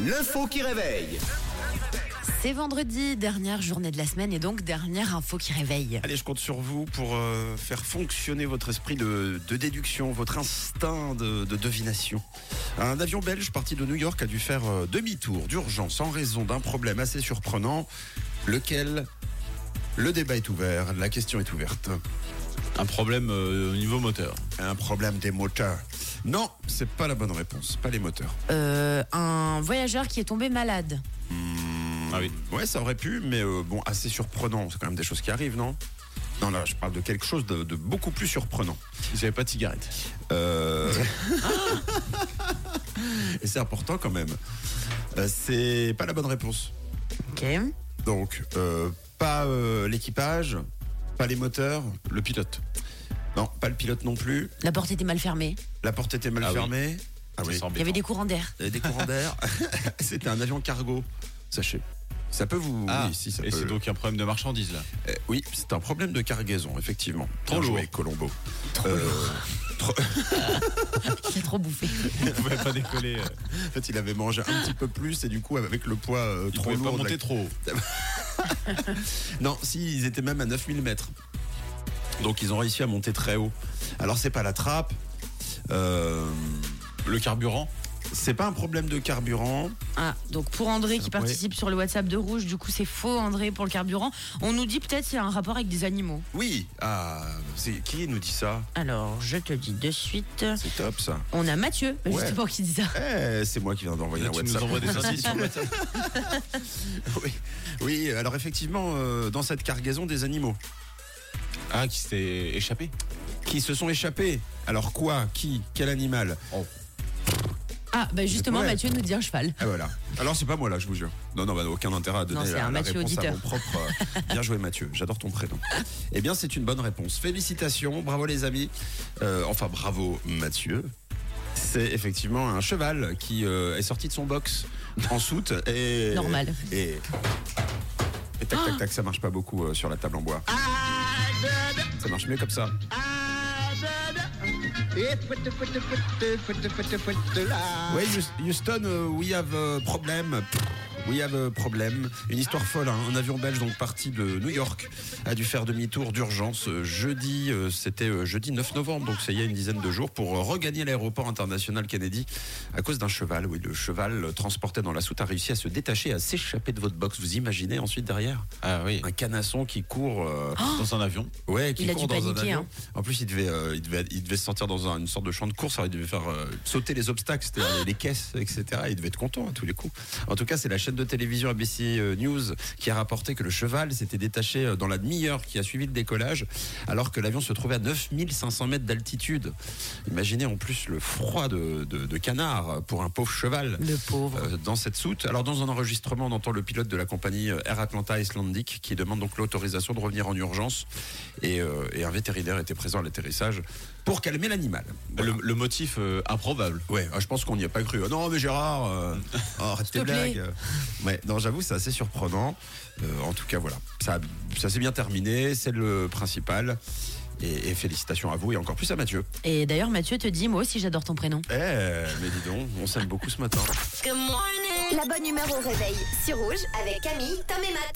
L'info qui réveille. C'est vendredi, dernière journée de la semaine et donc dernière info qui réveille. Allez, je compte sur vous pour euh, faire fonctionner votre esprit de, de déduction, votre instinct de, de devination. Un avion belge parti de New York a dû faire euh, demi-tour d'urgence en raison d'un problème assez surprenant. Lequel Le débat est ouvert, la question est ouverte. Un problème euh, au niveau moteur. Un problème des moteurs. Non, c'est pas la bonne réponse, pas les moteurs. Euh, un voyageur qui est tombé malade. Ah oui. Ouais, ça aurait pu, mais euh, bon, assez surprenant. C'est quand même des choses qui arrivent, non Non, là, je parle de quelque chose de- de beaucoup plus surprenant. Ils n'avaient pas de cigarette. Euh, Et c'est important quand même. Euh, c'est pas la bonne réponse. Ok. Donc, euh, pas euh, l'équipage, pas les moteurs, le pilote. Non, pas le pilote non plus. La porte était mal fermée. La porte était mal Ah oui. fermée. Ah oui. Il y avait des courants d'air. Il y avait des courants d'air. C'était un avion cargo, sachez. Ça peut vous. Ah, oui, si, ça et peut- c'est donc un problème de marchandises là. Euh, oui, c'est un problème de cargaison, effectivement. Trop Bien lourd. joué, Colombo. Trop Euh, lourd. Il a trop bouffé. Vous pouvez pas décoller. euh, En fait, il avait mangé un petit peu plus et du coup, avec le poids euh, Ils trop pouvaient lourd. pas de la- monter trop haut. Non, si, ils étaient même à 9000 mètres. Donc ils ont réussi à monter très haut. Alors c'est pas la trappe, euh, Le carburant. c'est pas un problème de carburant. Ah, donc pour André qui Ouais. participe sur le WhatsApp de Rouge, du coup c'est faux André pour le carburant. On nous dit peut-être qu'il y a un rapport avec des animaux. Oui, ah, c'est qui nous dit ça Alors je te dis de suite, C'est top ça. on a Mathieu Ouais. justement qui dit ça. Eh, c'est moi qui viens d'envoyer Là, un tu WhatsApp. nous envoies des indices sur WhatsApp. oui. oui, alors effectivement, euh, dans cette cargaison des animaux Ah, qui s'est échappé. qui se sont échappés. Alors quoi Qui Quel animal Ah bah justement Ouais. Mathieu nous dit un cheval. Ah voilà. Alors c'est pas moi là, je vous jure. Non, non, bah, aucun intérêt à donner Non, c'est la, un la Mathieu réponse à auditeur. mon propre. euh, bien joué Mathieu, j'adore ton prénom. Eh bien c'est une bonne réponse. Félicitations, bravo les amis. Euh, enfin bravo Mathieu. C'est effectivement un cheval qui euh, est sorti de son box en soute et Normal. Et, et tac tac tac, ça marche pas beaucoup euh, sur la table en bois. Ça marche mieux comme ça. Oui, Houston, euh, we have a problem. We have a problem. Une histoire folle. hein. Un avion belge, donc parti de New York, a dû faire demi-tour d'urgence euh, jeudi. euh, C'était euh, jeudi 9 novembre, donc c'est il y a une dizaine de jours, pour euh, regagner l'aéroport international Kennedy à cause d'un cheval. Oui, le cheval euh, transporté dans la soute a réussi à se détacher, à s'échapper de votre box. Vous imaginez ensuite derrière Ah oui. un canasson qui court. euh, Dans un avion. Ouais, qui Il a court dû dans un paniquer, avion. hein. En plus, il devait, euh, il devait, il devait se sortir dans un- une sorte de champ de course. Alors, il devait faire euh, sauter les obstacles, c'est-à-dire les, les caisses, etc. Il devait être content à tous les coups. En tout cas, c'est la chaîne de télévision ABC euh, News qui a rapporté que le cheval s'était détaché euh, dans la demi-heure qui a suivi le décollage, alors que l'avion se trouvait à 9500 mètres d'altitude. Imaginez en plus le froid de, de- de canard pour un pauvre cheval. Le pauvre. Euh, dans cette soute. Alors dans un enregistrement, on entend le pilote de la compagnie euh, Air Atlanta Icelandic qui demande donc l'autorisation de revenir en urgence et, euh, et un vétérinaire était présent à l'atterrissage pour calmer l'animal. Voilà. Le, le motif euh, improbable. Ouais, ah, je pense qu'on n'y a pas cru. Oh, non mais Gérard, euh, oh, arrête tes te plaît. blagues. Ouais, non j'avoue c'est assez surprenant. Euh, en tout cas voilà, ça, ça s'est bien terminé, c'est le principal. Et, et félicitations à vous et encore plus à Mathieu. Et d'ailleurs Mathieu te dit moi aussi j'adore ton prénom. Eh, mais dis donc, on s'aime beaucoup ce matin. La bonne humeur au réveil sur Rouge avec Camille, Tom et Matt.